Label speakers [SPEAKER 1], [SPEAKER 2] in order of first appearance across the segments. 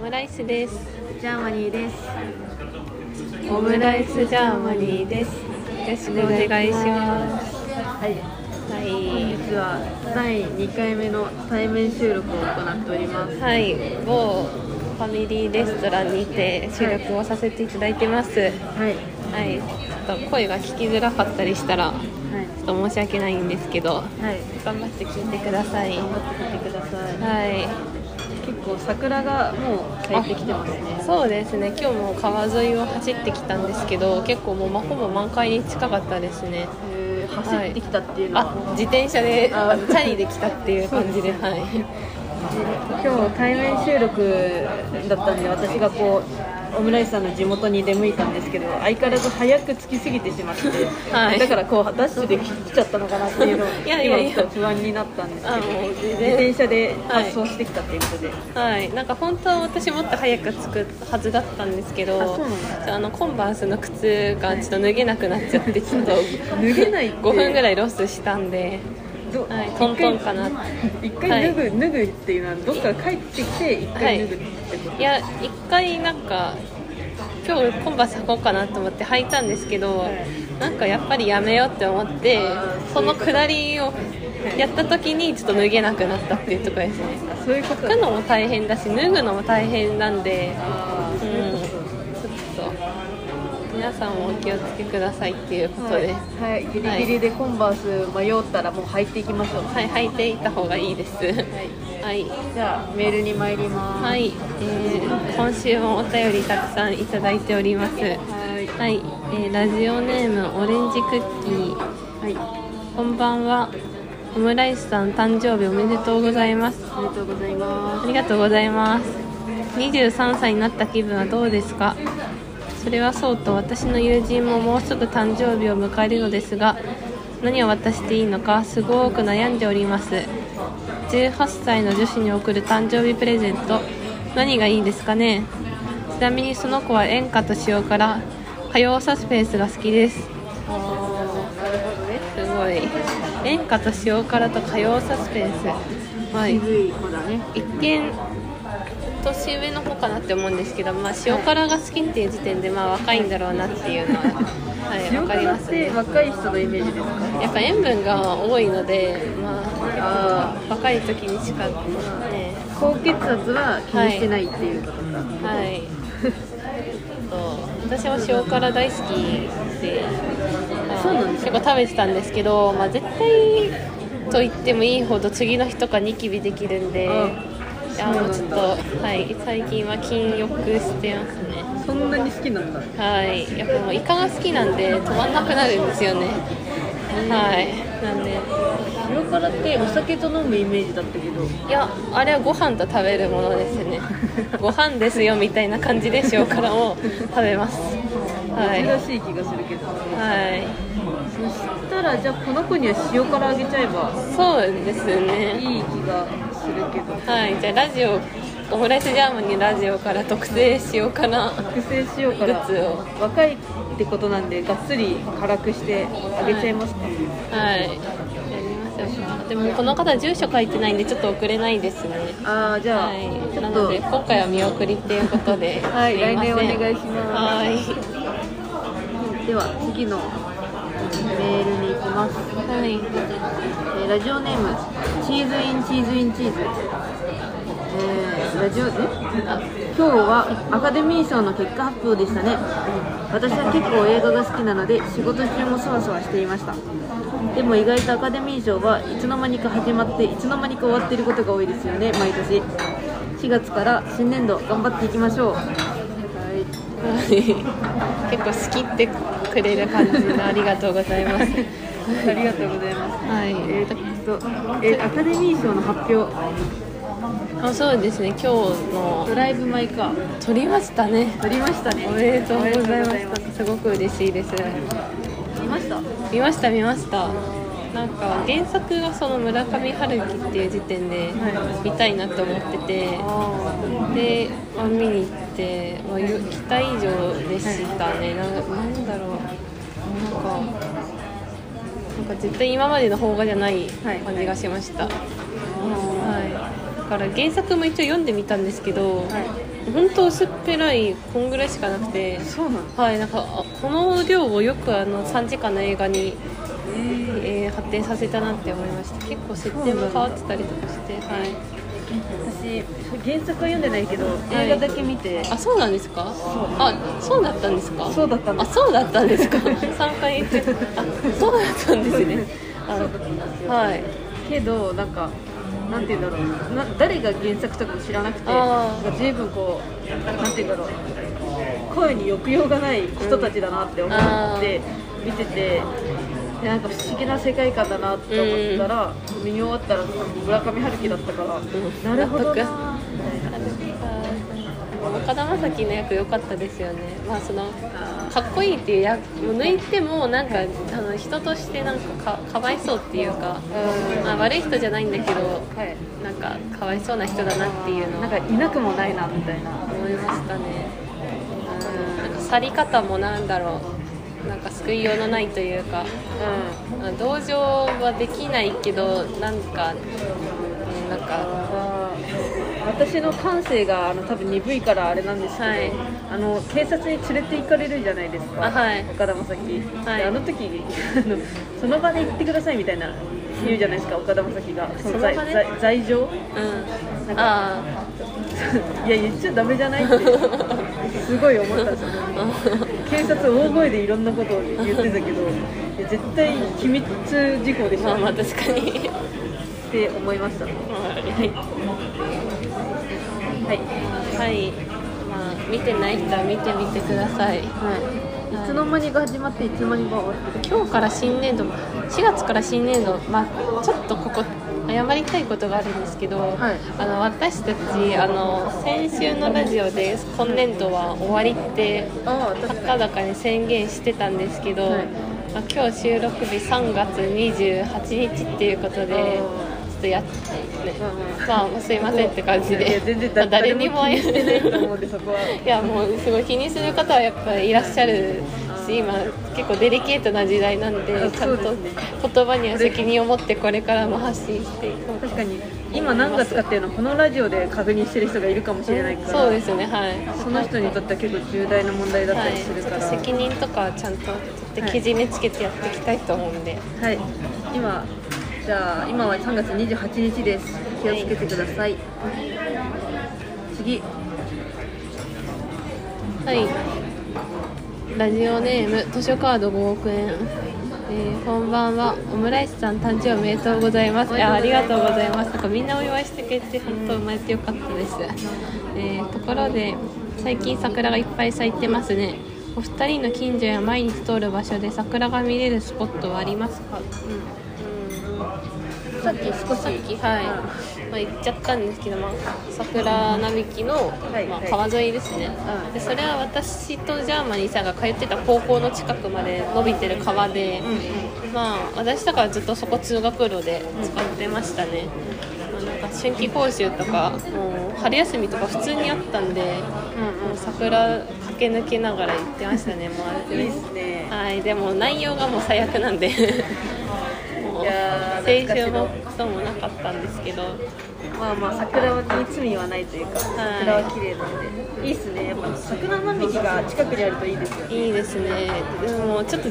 [SPEAKER 1] ムライスです
[SPEAKER 2] ジャーマニーです。
[SPEAKER 1] オムライスジャーマニーですよろしくお願いします
[SPEAKER 2] は
[SPEAKER 1] はい
[SPEAKER 2] い。本日は第2回目の対面収録を行っております。
[SPEAKER 1] はい、某ファミリーレストランにて収録をさせていただいてます。はい、
[SPEAKER 2] はい。
[SPEAKER 1] ちょっと声が聞きづらかったりしたら、ち
[SPEAKER 2] はい。
[SPEAKER 1] ょっと申し訳ないんですけど、
[SPEAKER 2] はい。
[SPEAKER 1] 頑張って聞いてください。
[SPEAKER 2] 頑
[SPEAKER 1] は
[SPEAKER 2] 張ってきてください。
[SPEAKER 1] い、
[SPEAKER 2] 結構桜がもう咲いてきてますね。
[SPEAKER 1] そうですね。今日も川沿いを走ってきたんですけど、結構もうまほぼ満開に近かったですね。
[SPEAKER 2] えー走ってきたっていうのは、
[SPEAKER 1] あ、自転車で、
[SPEAKER 2] あ
[SPEAKER 1] あのチャリで来たっていう感じで、はい。
[SPEAKER 2] 今日対面収録だったんで私がこうオムライスさんの地元に出向いたんですけど相変わらず早く着きすぎてしまって、
[SPEAKER 1] はい
[SPEAKER 2] だからこうダッシュで来ちゃったのかなっていうのを
[SPEAKER 1] いやいやいや
[SPEAKER 2] 今ちょっと不安になったんですけど
[SPEAKER 1] あ、もう全
[SPEAKER 2] 自
[SPEAKER 1] 然。
[SPEAKER 2] 転車で発送してきたっていうことで、
[SPEAKER 1] はい、なんか本当は私もっと早く着くはずだったんですけど
[SPEAKER 2] あそうなん
[SPEAKER 1] あのコンバースの靴がちょっと脱げなくなっちゃってちょっと
[SPEAKER 2] 脱げないって
[SPEAKER 1] 5分ぐらいロスしたんで、
[SPEAKER 2] ど
[SPEAKER 1] はい、トントンかな
[SPEAKER 2] 一回脱ぐ、脱ぐっていうのはどっから帰ってきて一回脱ぐってこと、
[SPEAKER 1] いや一回なんか今日コンバース履こうかなと思って履いたんですけど、
[SPEAKER 2] はい
[SPEAKER 1] なんかやっぱりやめようって思って
[SPEAKER 2] あー
[SPEAKER 1] その下りをやった時にちょっと脱げなくなったっていうところですね
[SPEAKER 2] そういうこと
[SPEAKER 1] 履くのも大変だし脱ぐのも大変なんで
[SPEAKER 2] あーそういう
[SPEAKER 1] うん
[SPEAKER 2] こ
[SPEAKER 1] ち
[SPEAKER 2] と
[SPEAKER 1] ょっと皆さんもお気をつけくださいっていうこと
[SPEAKER 2] はい
[SPEAKER 1] です、
[SPEAKER 2] はい、ギリギリでコンバース迷ったらもう履いていきましょう
[SPEAKER 1] はい、履いていた方がいいです
[SPEAKER 2] はい
[SPEAKER 1] はい、
[SPEAKER 2] じゃあメールに参ります
[SPEAKER 1] はいえー今週もお便りたくさんいただいておりますは
[SPEAKER 2] はい
[SPEAKER 1] い、えーラジオネームオレンジクッキー
[SPEAKER 2] はい
[SPEAKER 1] こんばんはオムライスさん誕生日おめでとうございます
[SPEAKER 2] ありがとうございま
[SPEAKER 1] ありがとうございます。23歳になった気分はどうですかそれはそうと私の友人ももうすぐ誕生日を迎えるのですが何を渡していいのかすごく悩んでおります18歳の女子に贈る誕生日プレゼント何がいいですかねちなみにその子は演歌と塩から火曜サスペンスが好きです
[SPEAKER 2] すあーなるほどね
[SPEAKER 1] すごい演歌と塩辛と火曜サスペンスはい
[SPEAKER 2] 渋い子だね
[SPEAKER 1] 一見年上の子かなって思うんですけど、まあ、塩辛が好きっていう時点でまあ若いんだろうなっていうのは、はい、
[SPEAKER 2] 塩
[SPEAKER 1] わかり
[SPEAKER 2] 辛
[SPEAKER 1] ま
[SPEAKER 2] っ
[SPEAKER 1] す
[SPEAKER 2] て
[SPEAKER 1] ね
[SPEAKER 2] 若い人のイメージですか
[SPEAKER 1] やっぱ塩分が多いので、ま
[SPEAKER 2] あ
[SPEAKER 1] あ、若い時にしかね
[SPEAKER 2] ー高血圧は気にしてないっていうことか、
[SPEAKER 1] はいそう私も塩辛大好きで、まあ
[SPEAKER 2] そうなんです
[SPEAKER 1] 結構食べてたんですけど、まあ、絶対と言ってもいいほど次の日とかニキビできるんで
[SPEAKER 2] あ
[SPEAKER 1] いや
[SPEAKER 2] そ
[SPEAKER 1] も
[SPEAKER 2] うなん
[SPEAKER 1] う
[SPEAKER 2] だ
[SPEAKER 1] ちょっと、はい、最近は禁欲してますね
[SPEAKER 2] そんなに好きなんだ
[SPEAKER 1] はいやっぱもうイカが好きなんで止まんなくなるんですよねはいなんで
[SPEAKER 2] 塩辛ってお酒と飲むイメージだったけど
[SPEAKER 1] いやあれはご飯と食べるものですねご飯ですよみたいな感じで塩辛を食べますはい
[SPEAKER 2] 珍しい気がするけど、
[SPEAKER 1] はい
[SPEAKER 2] そしたらじゃあこの子には塩辛あげちゃえば
[SPEAKER 1] そうですね
[SPEAKER 2] いい気がするけど
[SPEAKER 1] はいじゃあラジオオムライスジャーマンにラジオから特製塩辛
[SPEAKER 2] 特製塩
[SPEAKER 1] グ
[SPEAKER 2] 辛
[SPEAKER 1] ッズを
[SPEAKER 2] 若いってことなんでがっつり辛くしてあげちゃいますか、
[SPEAKER 1] はいやりましょうかでもこの方住所書いてないんでちょっと送れないですね
[SPEAKER 2] ああじゃあ、
[SPEAKER 1] はい、
[SPEAKER 2] ちょ
[SPEAKER 1] な
[SPEAKER 2] っ
[SPEAKER 1] の
[SPEAKER 2] と
[SPEAKER 1] で今回は見送りっていうことで
[SPEAKER 2] はい
[SPEAKER 1] すません
[SPEAKER 2] 来年お願いします
[SPEAKER 1] は
[SPEAKER 2] では次のメールに行きます、
[SPEAKER 1] いはい
[SPEAKER 2] えーラジオネームチーズインチーズインチーズえーラジオえ今日はアカデミー賞の結果発表でしたね私は結構映画が好きなので仕事中もそわそわしていましたでも意外とアカデミー賞はいつの間にか始まっていつの間にか終わっていることが多いですよね毎年4月から新年度頑張っていきましょうはい
[SPEAKER 1] 結構好きってくれる感じのありがとうございます
[SPEAKER 2] ありがとうございます
[SPEAKER 1] はい
[SPEAKER 2] えーっと、えーアカデミー賞の発表
[SPEAKER 1] あそうですね今日の
[SPEAKER 2] ドライブ・マイ・カー
[SPEAKER 1] 撮りましたね
[SPEAKER 2] 取りましたね
[SPEAKER 1] おめでとうございま
[SPEAKER 2] おめでとうございま
[SPEAKER 1] したすごく嬉しいです
[SPEAKER 2] す見ました
[SPEAKER 1] 見ました見ましたなんか原作がその村上春樹っていう時点で
[SPEAKER 2] は
[SPEAKER 1] 見たいなと思ってて、
[SPEAKER 2] あ
[SPEAKER 1] で、まあ、見に行って、まあ、よ期待以上でしたね、なんかなんだろうなんかなんか絶対今までの邦画じゃない
[SPEAKER 2] はい
[SPEAKER 1] 感じがしました、はい
[SPEAKER 2] あ
[SPEAKER 1] だから原作も一応読んでみたんですけど、
[SPEAKER 2] はい
[SPEAKER 1] 本当薄っぺらいこんぐらいしかなくて
[SPEAKER 2] そうなの
[SPEAKER 1] はいなんかあこの量をよくあの3時間の映画に、
[SPEAKER 2] え
[SPEAKER 1] えー発展させたなって思いました結構設定も変わってたりとかしてはい
[SPEAKER 2] 私原作は読んでないけど、
[SPEAKER 1] い
[SPEAKER 2] 映画だけ見て
[SPEAKER 1] あそうなんですかあそうだったんですか
[SPEAKER 2] そうだったんで
[SPEAKER 1] あ
[SPEAKER 2] す
[SPEAKER 1] そうだったんですか3回言ってあそうだったんですねあはい
[SPEAKER 2] けどなんかなんて言うんだろうな誰が原作とかも知らなくて
[SPEAKER 1] あー
[SPEAKER 2] なんか随分こうなんて言うんだろう声に抑揚がない人たちだなって思って見てて、でなんか不思議な世界観だなって思ってたら、見終わったら村上春樹だったから、
[SPEAKER 1] ん
[SPEAKER 2] なるほ
[SPEAKER 1] 納
[SPEAKER 2] どなみたいな
[SPEAKER 1] 岡田将生の役良かったですよねまあそのかっこいいっていう役を抜いてもなんかあの人としてなんかかかわいそうっていうか、
[SPEAKER 2] うん
[SPEAKER 1] まあ、悪い人じゃないんだけど
[SPEAKER 2] はい
[SPEAKER 1] なんかかわいそうな人だなっていうの
[SPEAKER 2] なん
[SPEAKER 1] は
[SPEAKER 2] かいなくもないなみたいな
[SPEAKER 1] 思いましたねなんか去り方もなんだろうなんか救いようのないというか
[SPEAKER 2] う
[SPEAKER 1] あ同情はできないけどなんかうんなんか
[SPEAKER 2] ん、私の感性があの多分鈍いからあれなんですけど、
[SPEAKER 1] はい
[SPEAKER 2] あの警察に連れて行かれるじゃないですか、
[SPEAKER 1] あはい
[SPEAKER 2] 岡田将生、
[SPEAKER 1] はい
[SPEAKER 2] であの時あのその場で行ってくださいみたいな言うじゃないですか岡田将生が
[SPEAKER 1] その場
[SPEAKER 2] 在
[SPEAKER 1] で
[SPEAKER 2] 在罪状
[SPEAKER 1] う
[SPEAKER 2] なん
[SPEAKER 1] ん
[SPEAKER 2] か
[SPEAKER 1] ああ
[SPEAKER 2] いや言っちゃダメじゃないってすごい思ったんですよ警察大声でいろんなことを言ってたけどいや絶対機密事項でし
[SPEAKER 1] ま
[SPEAKER 2] ょ
[SPEAKER 1] あまあ確かに
[SPEAKER 2] って思いました
[SPEAKER 1] は
[SPEAKER 2] はい、
[SPEAKER 1] い、はい、まあ見てない人は見てみてください
[SPEAKER 2] はい、いつの間にか始まっていつの間にか終わってる
[SPEAKER 1] 今日から新年度4月から新年度まあちょっとここ謝りたいことがあるんですけど、
[SPEAKER 2] はい
[SPEAKER 1] あの私たちあの先週のラジオで今年度は終わりって
[SPEAKER 2] ああ
[SPEAKER 1] 高々に宣言してたんですけど、
[SPEAKER 2] はい
[SPEAKER 1] まあ、今日収録日3月28日っていうことでち
[SPEAKER 2] あ
[SPEAKER 1] ょっとやっ
[SPEAKER 2] うんうん
[SPEAKER 1] まあすいませんって感じ
[SPEAKER 2] いや
[SPEAKER 1] で
[SPEAKER 2] 全然
[SPEAKER 1] まあ
[SPEAKER 2] だ
[SPEAKER 1] 誰にも
[SPEAKER 2] 誰気にしてないと思うんでそこは
[SPEAKER 1] いやもうすごい気にする方はやっぱりいらっしゃるし今結構デリケートな時代なん
[SPEAKER 2] あ
[SPEAKER 1] でちゃんと
[SPEAKER 2] そうですね
[SPEAKER 1] 言葉には責任を持ってこれからも発信していこう
[SPEAKER 2] 確かに今何月かっていうのはこのラジオで確認してる人がいるかもしれないから
[SPEAKER 1] そうですねはい
[SPEAKER 2] その人にとっては結構重大な問題だった
[SPEAKER 1] はい
[SPEAKER 2] りする
[SPEAKER 1] ち
[SPEAKER 2] か
[SPEAKER 1] ょっ
[SPEAKER 2] ら、
[SPEAKER 1] と
[SPEAKER 2] はい
[SPEAKER 1] 責任とかはちゃんと取っ
[SPEAKER 2] はい
[SPEAKER 1] てけじめつけてやっていきたいと思うんで、
[SPEAKER 2] 今じゃあ今は3月28日です気をつけてください、次
[SPEAKER 1] はい。ラジオネーム図書カード5億円。えー、こんばんは。オムライスさん誕生日おめでとうございます。いやありがとうございます。なんかみんなお祝いしてくれて本当生まれてよかったです。えーところで最近桜がいっぱい咲いてますね。お二人の近所や毎日通る場所で桜が見れるスポットはありますか？
[SPEAKER 2] さっき少
[SPEAKER 1] さっきはい、まあ、言っちゃったんですけど、まあ、桜並木の、
[SPEAKER 2] い
[SPEAKER 1] まあ
[SPEAKER 2] はい
[SPEAKER 1] 川沿いですね、
[SPEAKER 2] うん
[SPEAKER 1] でそれは私とジャーマニーさんが通ってた高校の近くまで伸びてる川で、まあ私とかはずっとそこ通学路で使ってましたね、まあなんか春季講習とかもう春休みとか普通にあったんで、もう桜駆け抜けながら行ってましたねもうあれ
[SPEAKER 2] いいですね
[SPEAKER 1] はい、でも内容がもう最悪なんでもう
[SPEAKER 2] いや
[SPEAKER 1] 青
[SPEAKER 2] ー
[SPEAKER 1] 春もクソもなかったんですけど
[SPEAKER 2] まあまあ桜に罪はないというか桜は綺麗なんでいいっすねやっぱ桜並木が近くにあるといいですよね
[SPEAKER 1] いいですねでもちょっと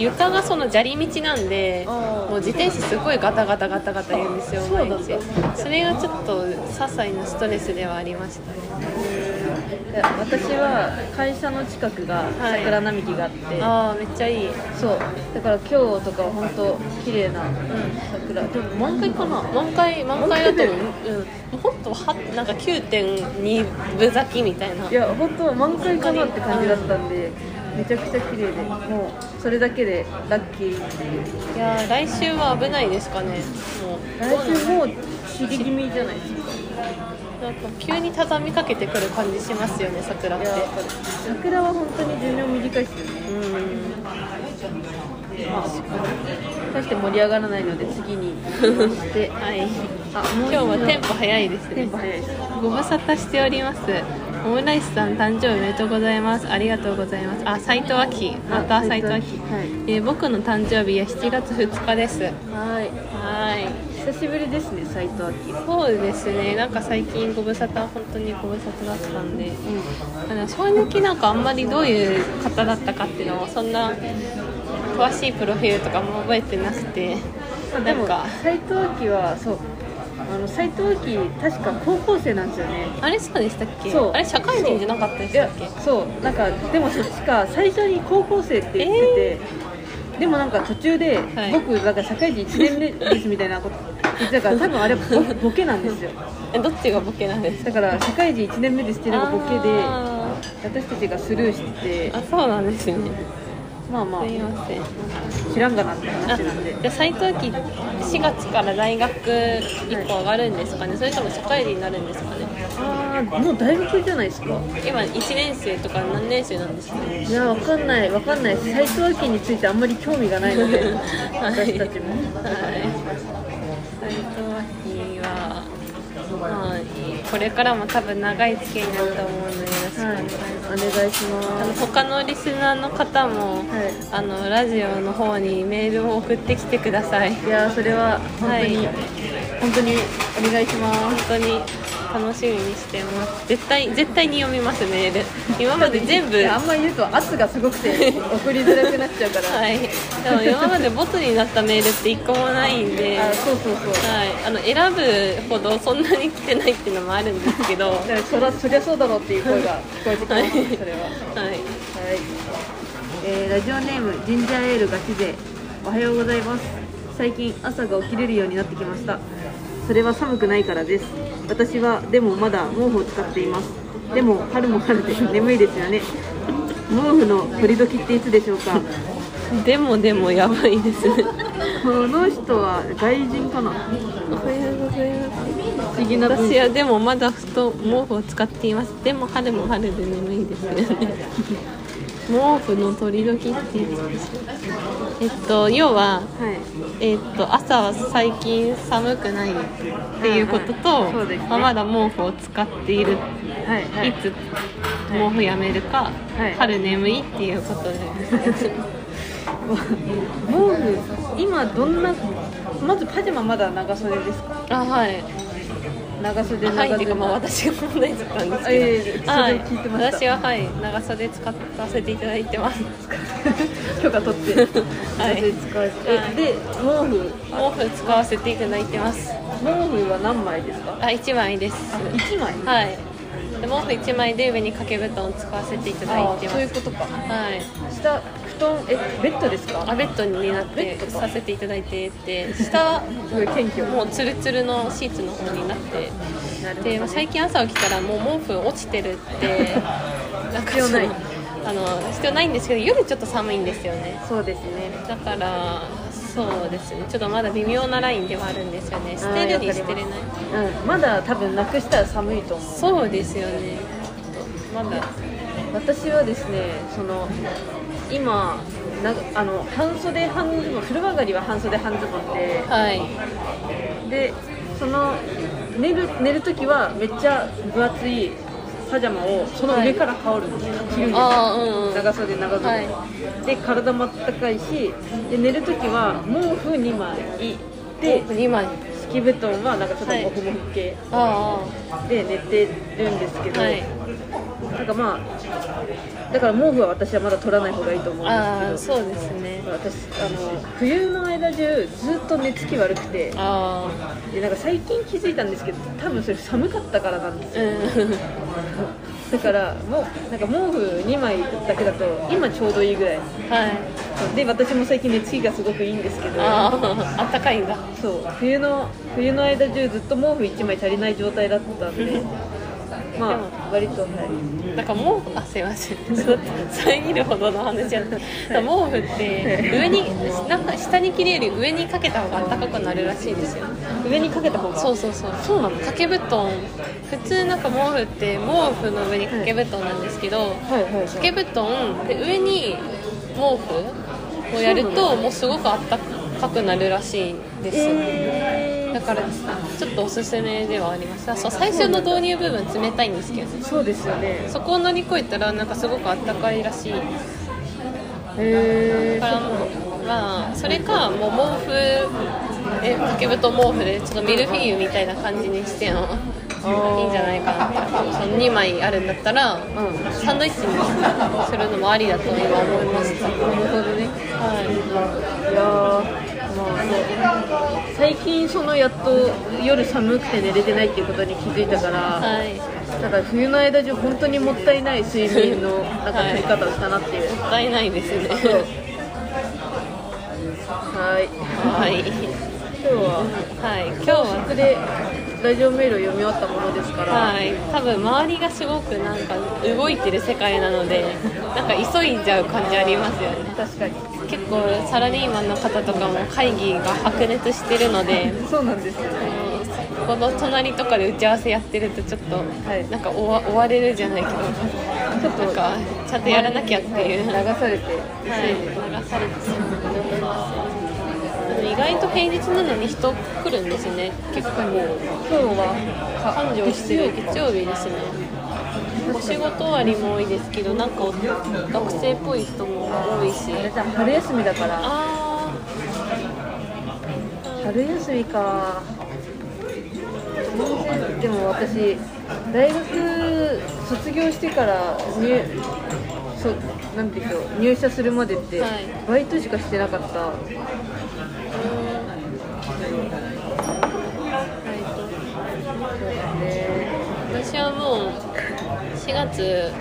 [SPEAKER 1] 床がその砂利道なんで
[SPEAKER 2] あー
[SPEAKER 1] もう自転車すごいガタガタガタガタ言うんですよ
[SPEAKER 2] そう
[SPEAKER 1] 毎
[SPEAKER 2] なんだ
[SPEAKER 1] 日それがちょっと些細なストレスではありましたね
[SPEAKER 2] いや私は会社の近くが桜並木があって、
[SPEAKER 1] ああめっちゃいい
[SPEAKER 2] そうだから今日とかは本当綺麗な桜でも満開かな
[SPEAKER 1] 満開満開だと思う
[SPEAKER 2] 満
[SPEAKER 1] うんもうほんとはなんか9.2分咲きみたいない
[SPEAKER 2] や本当満開かなって感じだったんでめちゃくちゃ綺麗でもうそれだけでラッキーっていう
[SPEAKER 1] いやー来週は危ないですかねもう
[SPEAKER 2] 来週もう散り気味じゃないですか
[SPEAKER 1] なんか急に畳みかけてくる感じしますよね桜っ
[SPEAKER 2] い
[SPEAKER 1] て
[SPEAKER 2] ややっぱり桜は本当に寿命短いっすよね
[SPEAKER 1] うん
[SPEAKER 2] 大して盛り上がらないので次 にして
[SPEAKER 1] はい
[SPEAKER 2] あも
[SPEAKER 1] 今
[SPEAKER 2] う
[SPEAKER 1] 日はテン
[SPEAKER 2] ポ
[SPEAKER 1] ポ早いです
[SPEAKER 2] テ
[SPEAKER 1] ね
[SPEAKER 2] ンポ早いです
[SPEAKER 1] ご無沙汰しておりますオムライスさん誕生日おめでとうございますありがとうございますあ斉藤亜希また
[SPEAKER 2] あ
[SPEAKER 1] 斉
[SPEAKER 2] 斉
[SPEAKER 1] 藤
[SPEAKER 2] 藤
[SPEAKER 1] 亜
[SPEAKER 2] 亜
[SPEAKER 1] 希
[SPEAKER 2] 希、
[SPEAKER 1] えー僕の誕生日は7月2日ですは
[SPEAKER 2] はい
[SPEAKER 1] ーい
[SPEAKER 2] 久しぶりですね斎藤明
[SPEAKER 1] そうですねなんか最近ご無沙汰本当にご無沙汰だったんで
[SPEAKER 2] う
[SPEAKER 1] あの正直なんかあんまりどういう方だったかっていうのもそんな詳しいプロフィールとかも覚えてなくて
[SPEAKER 2] ん
[SPEAKER 1] な
[SPEAKER 2] で
[SPEAKER 1] ん
[SPEAKER 2] も
[SPEAKER 1] か
[SPEAKER 2] 斎藤明はそうあの斎藤明確か高校生なんですよね
[SPEAKER 1] あれそうでしたっけ
[SPEAKER 2] そう
[SPEAKER 1] あれ社会人じゃなかったで
[SPEAKER 2] い
[SPEAKER 1] した
[SPEAKER 2] や
[SPEAKER 1] っけ
[SPEAKER 2] そうなんかでも確か最初に高校生って言ってて、でもなんか途中で、
[SPEAKER 1] はい
[SPEAKER 2] 僕なんか社会人1年目ですみたいなこと言ってたから多分あれボボケなんですよ
[SPEAKER 1] えどっちがボケなんですか
[SPEAKER 2] だから社会人1年目ですっていうのがボケで
[SPEAKER 1] あ
[SPEAKER 2] 私たちがスルーして
[SPEAKER 1] ーあそうなんですね
[SPEAKER 2] まあます
[SPEAKER 1] いません
[SPEAKER 2] あ知らんがなって
[SPEAKER 1] あ
[SPEAKER 2] 話なんで
[SPEAKER 1] じゃあ斎藤家4月から大学1個上がるんですかねそれとも社会人になるんですかね
[SPEAKER 2] ああもう大学じゃないですか
[SPEAKER 1] 今1年生とか何年生なんですかね
[SPEAKER 2] いやわかんないわかんない斎藤明についてあんまり興味がない ので私たちも
[SPEAKER 1] はい斎藤明は、まあ、これからも多分長い付き合いになると思うのでよろしくお
[SPEAKER 2] は
[SPEAKER 1] 願
[SPEAKER 2] い
[SPEAKER 1] いします、
[SPEAKER 2] お
[SPEAKER 1] あ
[SPEAKER 2] 願いし
[SPEAKER 1] の
[SPEAKER 2] ます
[SPEAKER 1] 他のリスナーの方も、
[SPEAKER 2] はい
[SPEAKER 1] あのラジオの方にメールを送ってきてください
[SPEAKER 2] いやーそれは本当に、
[SPEAKER 1] はい
[SPEAKER 2] 本当にお願いしま
[SPEAKER 1] 本
[SPEAKER 2] す
[SPEAKER 1] 当に楽しみにしてます絶対絶対に読みますメール今まで全部
[SPEAKER 2] いやあんまり言うと圧がすごくて送りづらくなっちゃうから、
[SPEAKER 1] はい、でも今までボツになったメールって一個もないんで、は
[SPEAKER 2] あ
[SPEAKER 1] い、
[SPEAKER 2] そうそうそう
[SPEAKER 1] あの選ぶほどそんなに来てないっていうのもあるん ですけど、は
[SPEAKER 2] だからそらそりゃそうだろうっていう声が聞こえてきます、
[SPEAKER 1] はい
[SPEAKER 2] それははい、
[SPEAKER 1] い、
[SPEAKER 2] えーラジオネームジンジャーエールガチ勢おはようございます最近朝が起きれるようになってきましたそれは寒くないからです私はでもまだ毛布を使っていますでも春も春で眠いですよね毛布の取り時っていつでしょうか
[SPEAKER 1] でもでもやばいです。お
[SPEAKER 2] この人は外人かな
[SPEAKER 1] はようございます。
[SPEAKER 2] 不思議な
[SPEAKER 1] 私
[SPEAKER 2] 私
[SPEAKER 1] はでもまだ布団毛布を使っています。でも春も春で眠いですよね。毛布の取り時っていつですかえっと要は
[SPEAKER 2] はい
[SPEAKER 1] えーっと朝は最近寒くないっていうこと
[SPEAKER 2] うん
[SPEAKER 1] と、
[SPEAKER 2] うんそうですね
[SPEAKER 1] まあまだ毛布を使っている、、
[SPEAKER 2] はいはいい
[SPEAKER 1] つ毛布やめるか、
[SPEAKER 2] はい
[SPEAKER 1] 春眠いっていうことで、
[SPEAKER 2] 毛布今どんなまずパジャマまだ長袖ですか
[SPEAKER 1] あはい
[SPEAKER 2] 長袖長
[SPEAKER 1] は
[SPEAKER 2] 袖
[SPEAKER 1] いっていうかまあ私が問題だったんです
[SPEAKER 2] あいえい
[SPEAKER 1] け
[SPEAKER 2] え
[SPEAKER 1] ど、
[SPEAKER 2] そ
[SPEAKER 1] はい
[SPEAKER 2] れ聞いてました
[SPEAKER 1] 私ははい長袖使わせていただいてます
[SPEAKER 2] 許可取って長
[SPEAKER 1] はい
[SPEAKER 2] 袖使わせて、
[SPEAKER 1] はい
[SPEAKER 2] で毛布
[SPEAKER 1] 毛布使わせていただいてます
[SPEAKER 2] 毛布は何枚ですか
[SPEAKER 1] あ一枚です
[SPEAKER 2] 1枚
[SPEAKER 1] はいで毛布一枚で上に掛け布団を使わせていただ
[SPEAKER 2] あ
[SPEAKER 1] いて
[SPEAKER 2] ー
[SPEAKER 1] ま
[SPEAKER 2] そういう
[SPEAKER 1] す
[SPEAKER 2] ことか
[SPEAKER 1] はい
[SPEAKER 2] 下布団えベッドですか
[SPEAKER 1] あベッドになっ
[SPEAKER 2] ベ
[SPEAKER 1] て
[SPEAKER 2] ッドか
[SPEAKER 1] させていただいてって下は
[SPEAKER 2] すごい謙虚
[SPEAKER 1] もうツルツルのシーツの方になって
[SPEAKER 2] なるほど
[SPEAKER 1] で、まあ、最近朝起きたらもう毛布落ちてる ってなんか
[SPEAKER 2] 必要ない
[SPEAKER 1] そのあの必要ないんですけど夜ちょっと寒いんですよね
[SPEAKER 2] そうですね
[SPEAKER 1] だからそうですねちょっとまだ微妙なラインではあるんですよね捨てるに捨てれない
[SPEAKER 2] うんまだ多分なくしたら寒いと思う
[SPEAKER 1] そうですよねちょっとまだ
[SPEAKER 2] 私はですねその今なあの半袖半ズボン風呂上がりは半袖半ズボンで
[SPEAKER 1] はい
[SPEAKER 2] でその寝る寝る時はめっちゃ分厚いパジャマをその上から羽織るんですよ、着るんですよ
[SPEAKER 1] ああうんうん
[SPEAKER 2] 長袖長袖、
[SPEAKER 1] は
[SPEAKER 2] で体もあったかいしで寝る時は毛布2枚で
[SPEAKER 1] 2枚
[SPEAKER 2] 敷布団はなんかちょっと
[SPEAKER 1] はい
[SPEAKER 2] モフモフ系
[SPEAKER 1] あ
[SPEAKER 2] で寝てるんですけ
[SPEAKER 1] あ
[SPEAKER 2] ど、
[SPEAKER 1] はい
[SPEAKER 2] なんかまあだから毛布は私はまだ取らない方がいいと思うんですけど
[SPEAKER 1] ああそうですね
[SPEAKER 2] 私あの冬の間中ずっと寝つき悪くて
[SPEAKER 1] ああ
[SPEAKER 2] でなんか最近気づいたんですけど多分それ寒かったからなんですよ
[SPEAKER 1] うん
[SPEAKER 2] だからもうなんか毛布2枚だけだと今ちょうどいいぐらい
[SPEAKER 1] はい。
[SPEAKER 2] で私も最近寝つきがすごくいいんですけど
[SPEAKER 1] ああ、あったかいんだ。
[SPEAKER 2] そう冬の冬の間中ずっと毛布1枚足りない状態だったんでまあ割とはい
[SPEAKER 1] なんか毛布、あ、すいません。ちょっと遮るほどの話じゃない。毛布って、上に、なんか下に着るより上にかけた方が暖かくなるらしいんですよ。
[SPEAKER 2] 上にかけた方が
[SPEAKER 1] そうそうそう。
[SPEAKER 2] そうなの
[SPEAKER 1] 掛け布団、普通なんか毛布って毛布の上に掛け布団なんですけど、
[SPEAKER 2] はいはいはい
[SPEAKER 1] 掛け布団で上に毛布をやる
[SPEAKER 2] そうな
[SPEAKER 1] と、もうすごく暖かくなるらしいんですよ。
[SPEAKER 2] え
[SPEAKER 1] だからちょっとおすすめではありますあそう最初の導入部分冷たいんですけど
[SPEAKER 2] ー、そうですよね
[SPEAKER 1] そこを乗り越えたらなんかすごくあったかいらしいです
[SPEAKER 2] へえ
[SPEAKER 1] だからもうまあそれかもう毛布え竹太毛布でちょっとミルフィーユみたいな感じにしてのいいんじゃないかなその2枚あるんだったら、サンドイッチにするのもありだと今思いました
[SPEAKER 2] なるほどね
[SPEAKER 1] はい
[SPEAKER 2] やーまあね最近そのやっと夜寒くて寝れてないっていうことに気づいたから、
[SPEAKER 1] い、はい
[SPEAKER 2] だから冬の間中本当にもったいない睡眠のなんか取り方をしたなっていう、
[SPEAKER 1] もったいないですね。
[SPEAKER 2] そうはい
[SPEAKER 1] はい。
[SPEAKER 2] 今日は
[SPEAKER 1] はい、今日は。
[SPEAKER 2] それでラジオメールを読み終わったものですから、
[SPEAKER 1] はい、多分周りがすごくなんか動いてる世界なので、なんか急いじゃう感じありますよね。
[SPEAKER 2] 確かに
[SPEAKER 1] 結構サラリーマンの方とかも会議が白熱してるので。
[SPEAKER 2] そうなんですよね
[SPEAKER 1] うんこの隣とかで打ち合わせやってるとちょっと、
[SPEAKER 2] い
[SPEAKER 1] なんか追わ追われるじゃないけど
[SPEAKER 2] ちょっと
[SPEAKER 1] なんかちゃんとやらなきゃっていう、
[SPEAKER 2] 流されて
[SPEAKER 1] はい、流されてしまう意外と平日なのに人来るんですね結構
[SPEAKER 2] 今日は
[SPEAKER 1] 繁盛してる月曜日ですねお仕事終わりも多いですけどなんか学生っぽい人も多いし
[SPEAKER 2] あれじゃん春休みだから
[SPEAKER 1] あ
[SPEAKER 2] 春休みか全然でも私大学卒業してから入そなんていうの入社するまでって、
[SPEAKER 1] はい
[SPEAKER 2] バイトしかしてなかった
[SPEAKER 1] ーうんはい
[SPEAKER 2] ね
[SPEAKER 1] 私はもう4月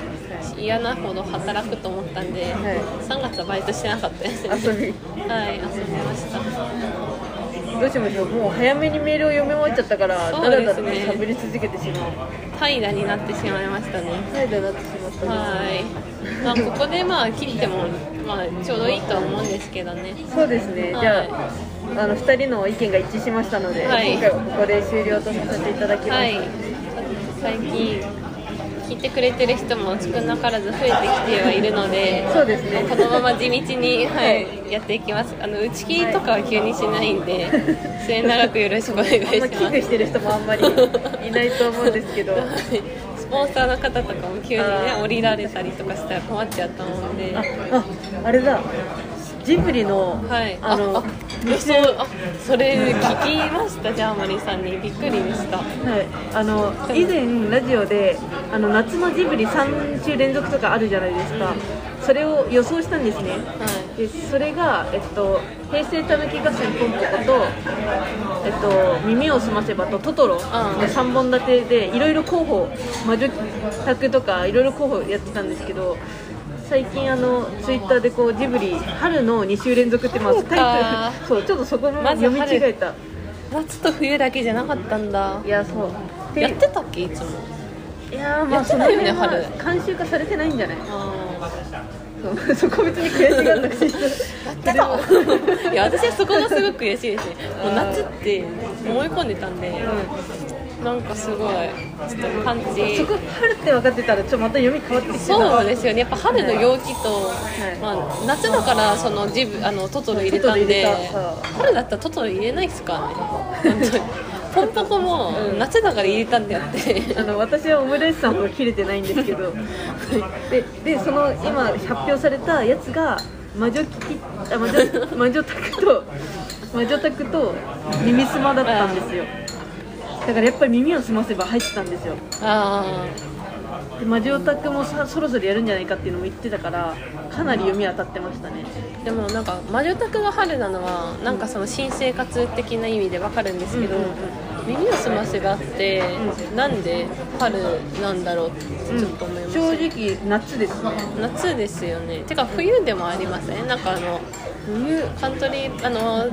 [SPEAKER 1] 嫌なほど働くと思ったんで、
[SPEAKER 2] はい
[SPEAKER 1] 3月はバイトしてなかったですね
[SPEAKER 2] 遊び
[SPEAKER 1] はい遊びました
[SPEAKER 2] どうしましょうもう早めにメールを読み終わっちゃったから
[SPEAKER 1] そう
[SPEAKER 2] だらだら
[SPEAKER 1] です
[SPEAKER 2] と
[SPEAKER 1] ね
[SPEAKER 2] 喋り続けてしまう
[SPEAKER 1] 怠惰になってしまいましたね
[SPEAKER 2] 怠惰になってしまったね
[SPEAKER 1] はい、まあ、ここでまあ切っても、まあ、ちょうどいいとは思うんですけどね
[SPEAKER 2] そうですね、
[SPEAKER 1] はい
[SPEAKER 2] じゃああの2人の意見が一致しましたので、
[SPEAKER 1] はい
[SPEAKER 2] 今回はここで終了とさせていただきます、
[SPEAKER 1] はい最近聞いてくれてる人も少なからず増えてきてはいるので
[SPEAKER 2] そうですね
[SPEAKER 1] このまま地道 に、はい、やっていきますあの打ち切りとかは急にしないんで末永くよろしくお願いし
[SPEAKER 2] あんま
[SPEAKER 1] ます
[SPEAKER 2] 危惧してる人もあ んまりいないと思うんですけどあ
[SPEAKER 1] はいスポンサーの方とかも急にね
[SPEAKER 2] あー
[SPEAKER 1] 降りられたりとかしたら困っちゃうと思うんで
[SPEAKER 2] ああれだジブリの、
[SPEAKER 1] はい、
[SPEAKER 2] あの
[SPEAKER 1] あそうあそれ聞きましたジャーマリさんにびっくりでした
[SPEAKER 2] はい、あの以前ラジオであの夏のジブリ3週連続とかあるじゃないですか、それを予想したんですね
[SPEAKER 1] は
[SPEAKER 2] でそれが、えっと「平成たぬき合戦ポンポコ」と「えっと、耳をすませば」と「トトロ」の3本立てでいろいろ候補魔女宅とかいろいろ候補やってたんですけど最近あのツイッターでこうジブリ「春の2週連続」ってま
[SPEAKER 1] そう
[SPEAKER 2] す
[SPEAKER 1] か
[SPEAKER 2] タイトルそうちょっとそこも
[SPEAKER 1] まず
[SPEAKER 2] 読
[SPEAKER 1] 春
[SPEAKER 2] み違えた、
[SPEAKER 1] い夏と冬だけじゃなかったんだ
[SPEAKER 2] いやそう
[SPEAKER 1] やってたっけいつも
[SPEAKER 2] いやーま
[SPEAKER 1] や
[SPEAKER 2] あ
[SPEAKER 1] って
[SPEAKER 2] その
[SPEAKER 1] ないよ
[SPEAKER 2] 辺
[SPEAKER 1] ね
[SPEAKER 2] は
[SPEAKER 1] 春
[SPEAKER 2] 慣習化されてないんじゃない
[SPEAKER 1] あ
[SPEAKER 2] そう そこ別に悔しがんなくてい い
[SPEAKER 1] やってたいや私はそこがすごく嬉しいですねもう夏って思い込んでたんで、 なんかすごいちょっとパンチ
[SPEAKER 2] そこ春って分かってたらちょっとまた読み変わってきてた
[SPEAKER 1] そうですよねやっぱ春の陽気と、
[SPEAKER 2] い
[SPEAKER 1] まあ、夏だからそのジブあのトトロ入れたんで
[SPEAKER 2] トトロ入れたは
[SPEAKER 1] 春だったらトトロ入れないっすからね本 当にポンポコも夏だから入れたんであって
[SPEAKER 2] あの私はオムライスさんほど切れてないんですけどででその今発表されたやつが魔女キキあ魔女魔女宅と魔女宅と耳すまだったんですよだからやっぱり耳をすませば入ってたんですよ
[SPEAKER 1] あ
[SPEAKER 2] で魔女宅もさそろそろやるんじゃないかっていうのも言ってたからかなり読み当たってましたね
[SPEAKER 1] ーでもなんか魔女宅が春なのはなんかその新生活的な意味でわかるんですけど、
[SPEAKER 2] うんうん
[SPEAKER 1] 耳をすませばって、なんで春なんだろうってちょっと思います、
[SPEAKER 2] 正直夏ですね
[SPEAKER 1] 夏ですよねてか冬でもありませんなんかあの
[SPEAKER 2] 冬
[SPEAKER 1] カントリーあの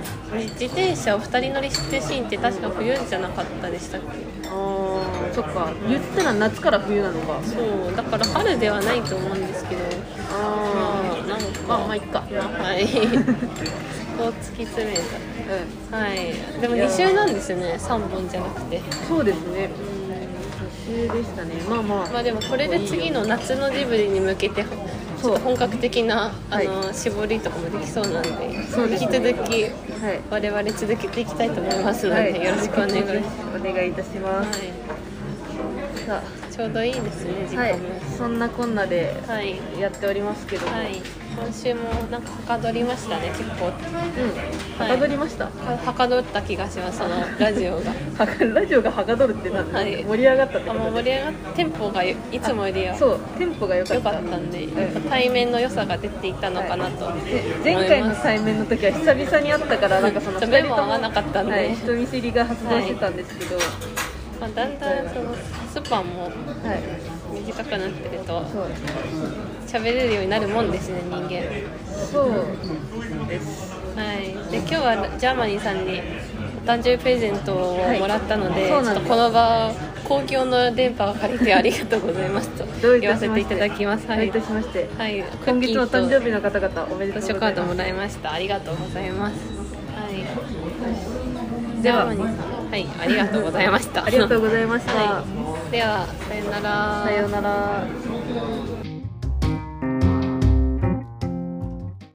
[SPEAKER 1] 自転車を2人乗りしてシーンって確か冬じゃなかったでしたっけ
[SPEAKER 2] あーそっか言ったら夏から冬なのか
[SPEAKER 1] そうだから春ではないと思うんですけどま
[SPEAKER 2] あ
[SPEAKER 1] あなんか
[SPEAKER 2] まあまあいっか
[SPEAKER 1] はい こう突き詰め
[SPEAKER 2] あ、
[SPEAKER 1] たはいでも2週なんですよね3本じゃなくて
[SPEAKER 2] うん、そうですね夏でしたねまあまあ
[SPEAKER 1] まあでもこれで次の夏のジブリに向けてちょっと本格的なあ
[SPEAKER 2] はい
[SPEAKER 1] の、絞りとかもできそうなんで
[SPEAKER 2] そうですね
[SPEAKER 1] 引き続き
[SPEAKER 2] はい
[SPEAKER 1] 我々続けていきたいと思いますので、よろしくお願いします、
[SPEAKER 2] お願いいたし
[SPEAKER 1] は
[SPEAKER 2] ます、さ
[SPEAKER 1] い、ちょうどいいですね時
[SPEAKER 2] あ
[SPEAKER 1] 間も
[SPEAKER 2] はいそんなこんなで
[SPEAKER 1] はい
[SPEAKER 2] やっておりますけども、
[SPEAKER 1] はい今週もなんかはかどりましたね結構
[SPEAKER 2] うん
[SPEAKER 1] はい
[SPEAKER 2] はかどりました、
[SPEAKER 1] ははかどった気がしますそのラジ オが
[SPEAKER 2] はかラジオがはかどるってなんだ、
[SPEAKER 1] はい
[SPEAKER 2] 盛り上がったって
[SPEAKER 1] あ
[SPEAKER 2] こ
[SPEAKER 1] もう
[SPEAKER 2] と
[SPEAKER 1] 盛り上がっテンポがいいつもよりは
[SPEAKER 2] そうテンポが良か
[SPEAKER 1] 良
[SPEAKER 2] った
[SPEAKER 1] かったんで、
[SPEAKER 2] うん
[SPEAKER 1] やっぱ対面の良さが出ていたのかなと、
[SPEAKER 2] で前回の対面の時は久々に会ったからなんかその
[SPEAKER 1] ちょっと
[SPEAKER 2] 二人と
[SPEAKER 1] 目も合わなかったんで
[SPEAKER 2] はい、人見知りが発動してたんですけど、は
[SPEAKER 1] まあ、だんだんそのスパンも
[SPEAKER 2] い
[SPEAKER 1] 短くなってると
[SPEAKER 2] そう
[SPEAKER 1] 喋れるようになるもんですね人間
[SPEAKER 2] そうです
[SPEAKER 1] はいで今日はジャーマニーさんにお誕生日プレゼントをもらったので,、
[SPEAKER 2] はいそう
[SPEAKER 1] ち
[SPEAKER 2] な
[SPEAKER 1] ょっ
[SPEAKER 2] んです
[SPEAKER 1] とこの場を公共の電波を借りてありがとうございますと
[SPEAKER 2] どうい
[SPEAKER 1] 言わ
[SPEAKER 2] た
[SPEAKER 1] せ
[SPEAKER 2] してま
[SPEAKER 1] い
[SPEAKER 2] して
[SPEAKER 1] ただきますは
[SPEAKER 2] どう
[SPEAKER 1] い
[SPEAKER 2] いたしまして
[SPEAKER 1] はい、
[SPEAKER 2] 今月の
[SPEAKER 1] クッキー
[SPEAKER 2] 誕
[SPEAKER 1] と
[SPEAKER 2] 生日の方々おめでとう
[SPEAKER 1] 図
[SPEAKER 2] ござ
[SPEAKER 1] 書
[SPEAKER 2] い
[SPEAKER 1] カー
[SPEAKER 2] ます
[SPEAKER 1] ドもらいました。ありがとうございます。はい。
[SPEAKER 2] で
[SPEAKER 1] ジャー
[SPEAKER 2] は
[SPEAKER 1] マニーさんはい、ありがとうございました。
[SPEAKER 2] ありがとうございました、
[SPEAKER 1] はい。では、さよなら。
[SPEAKER 2] さようなら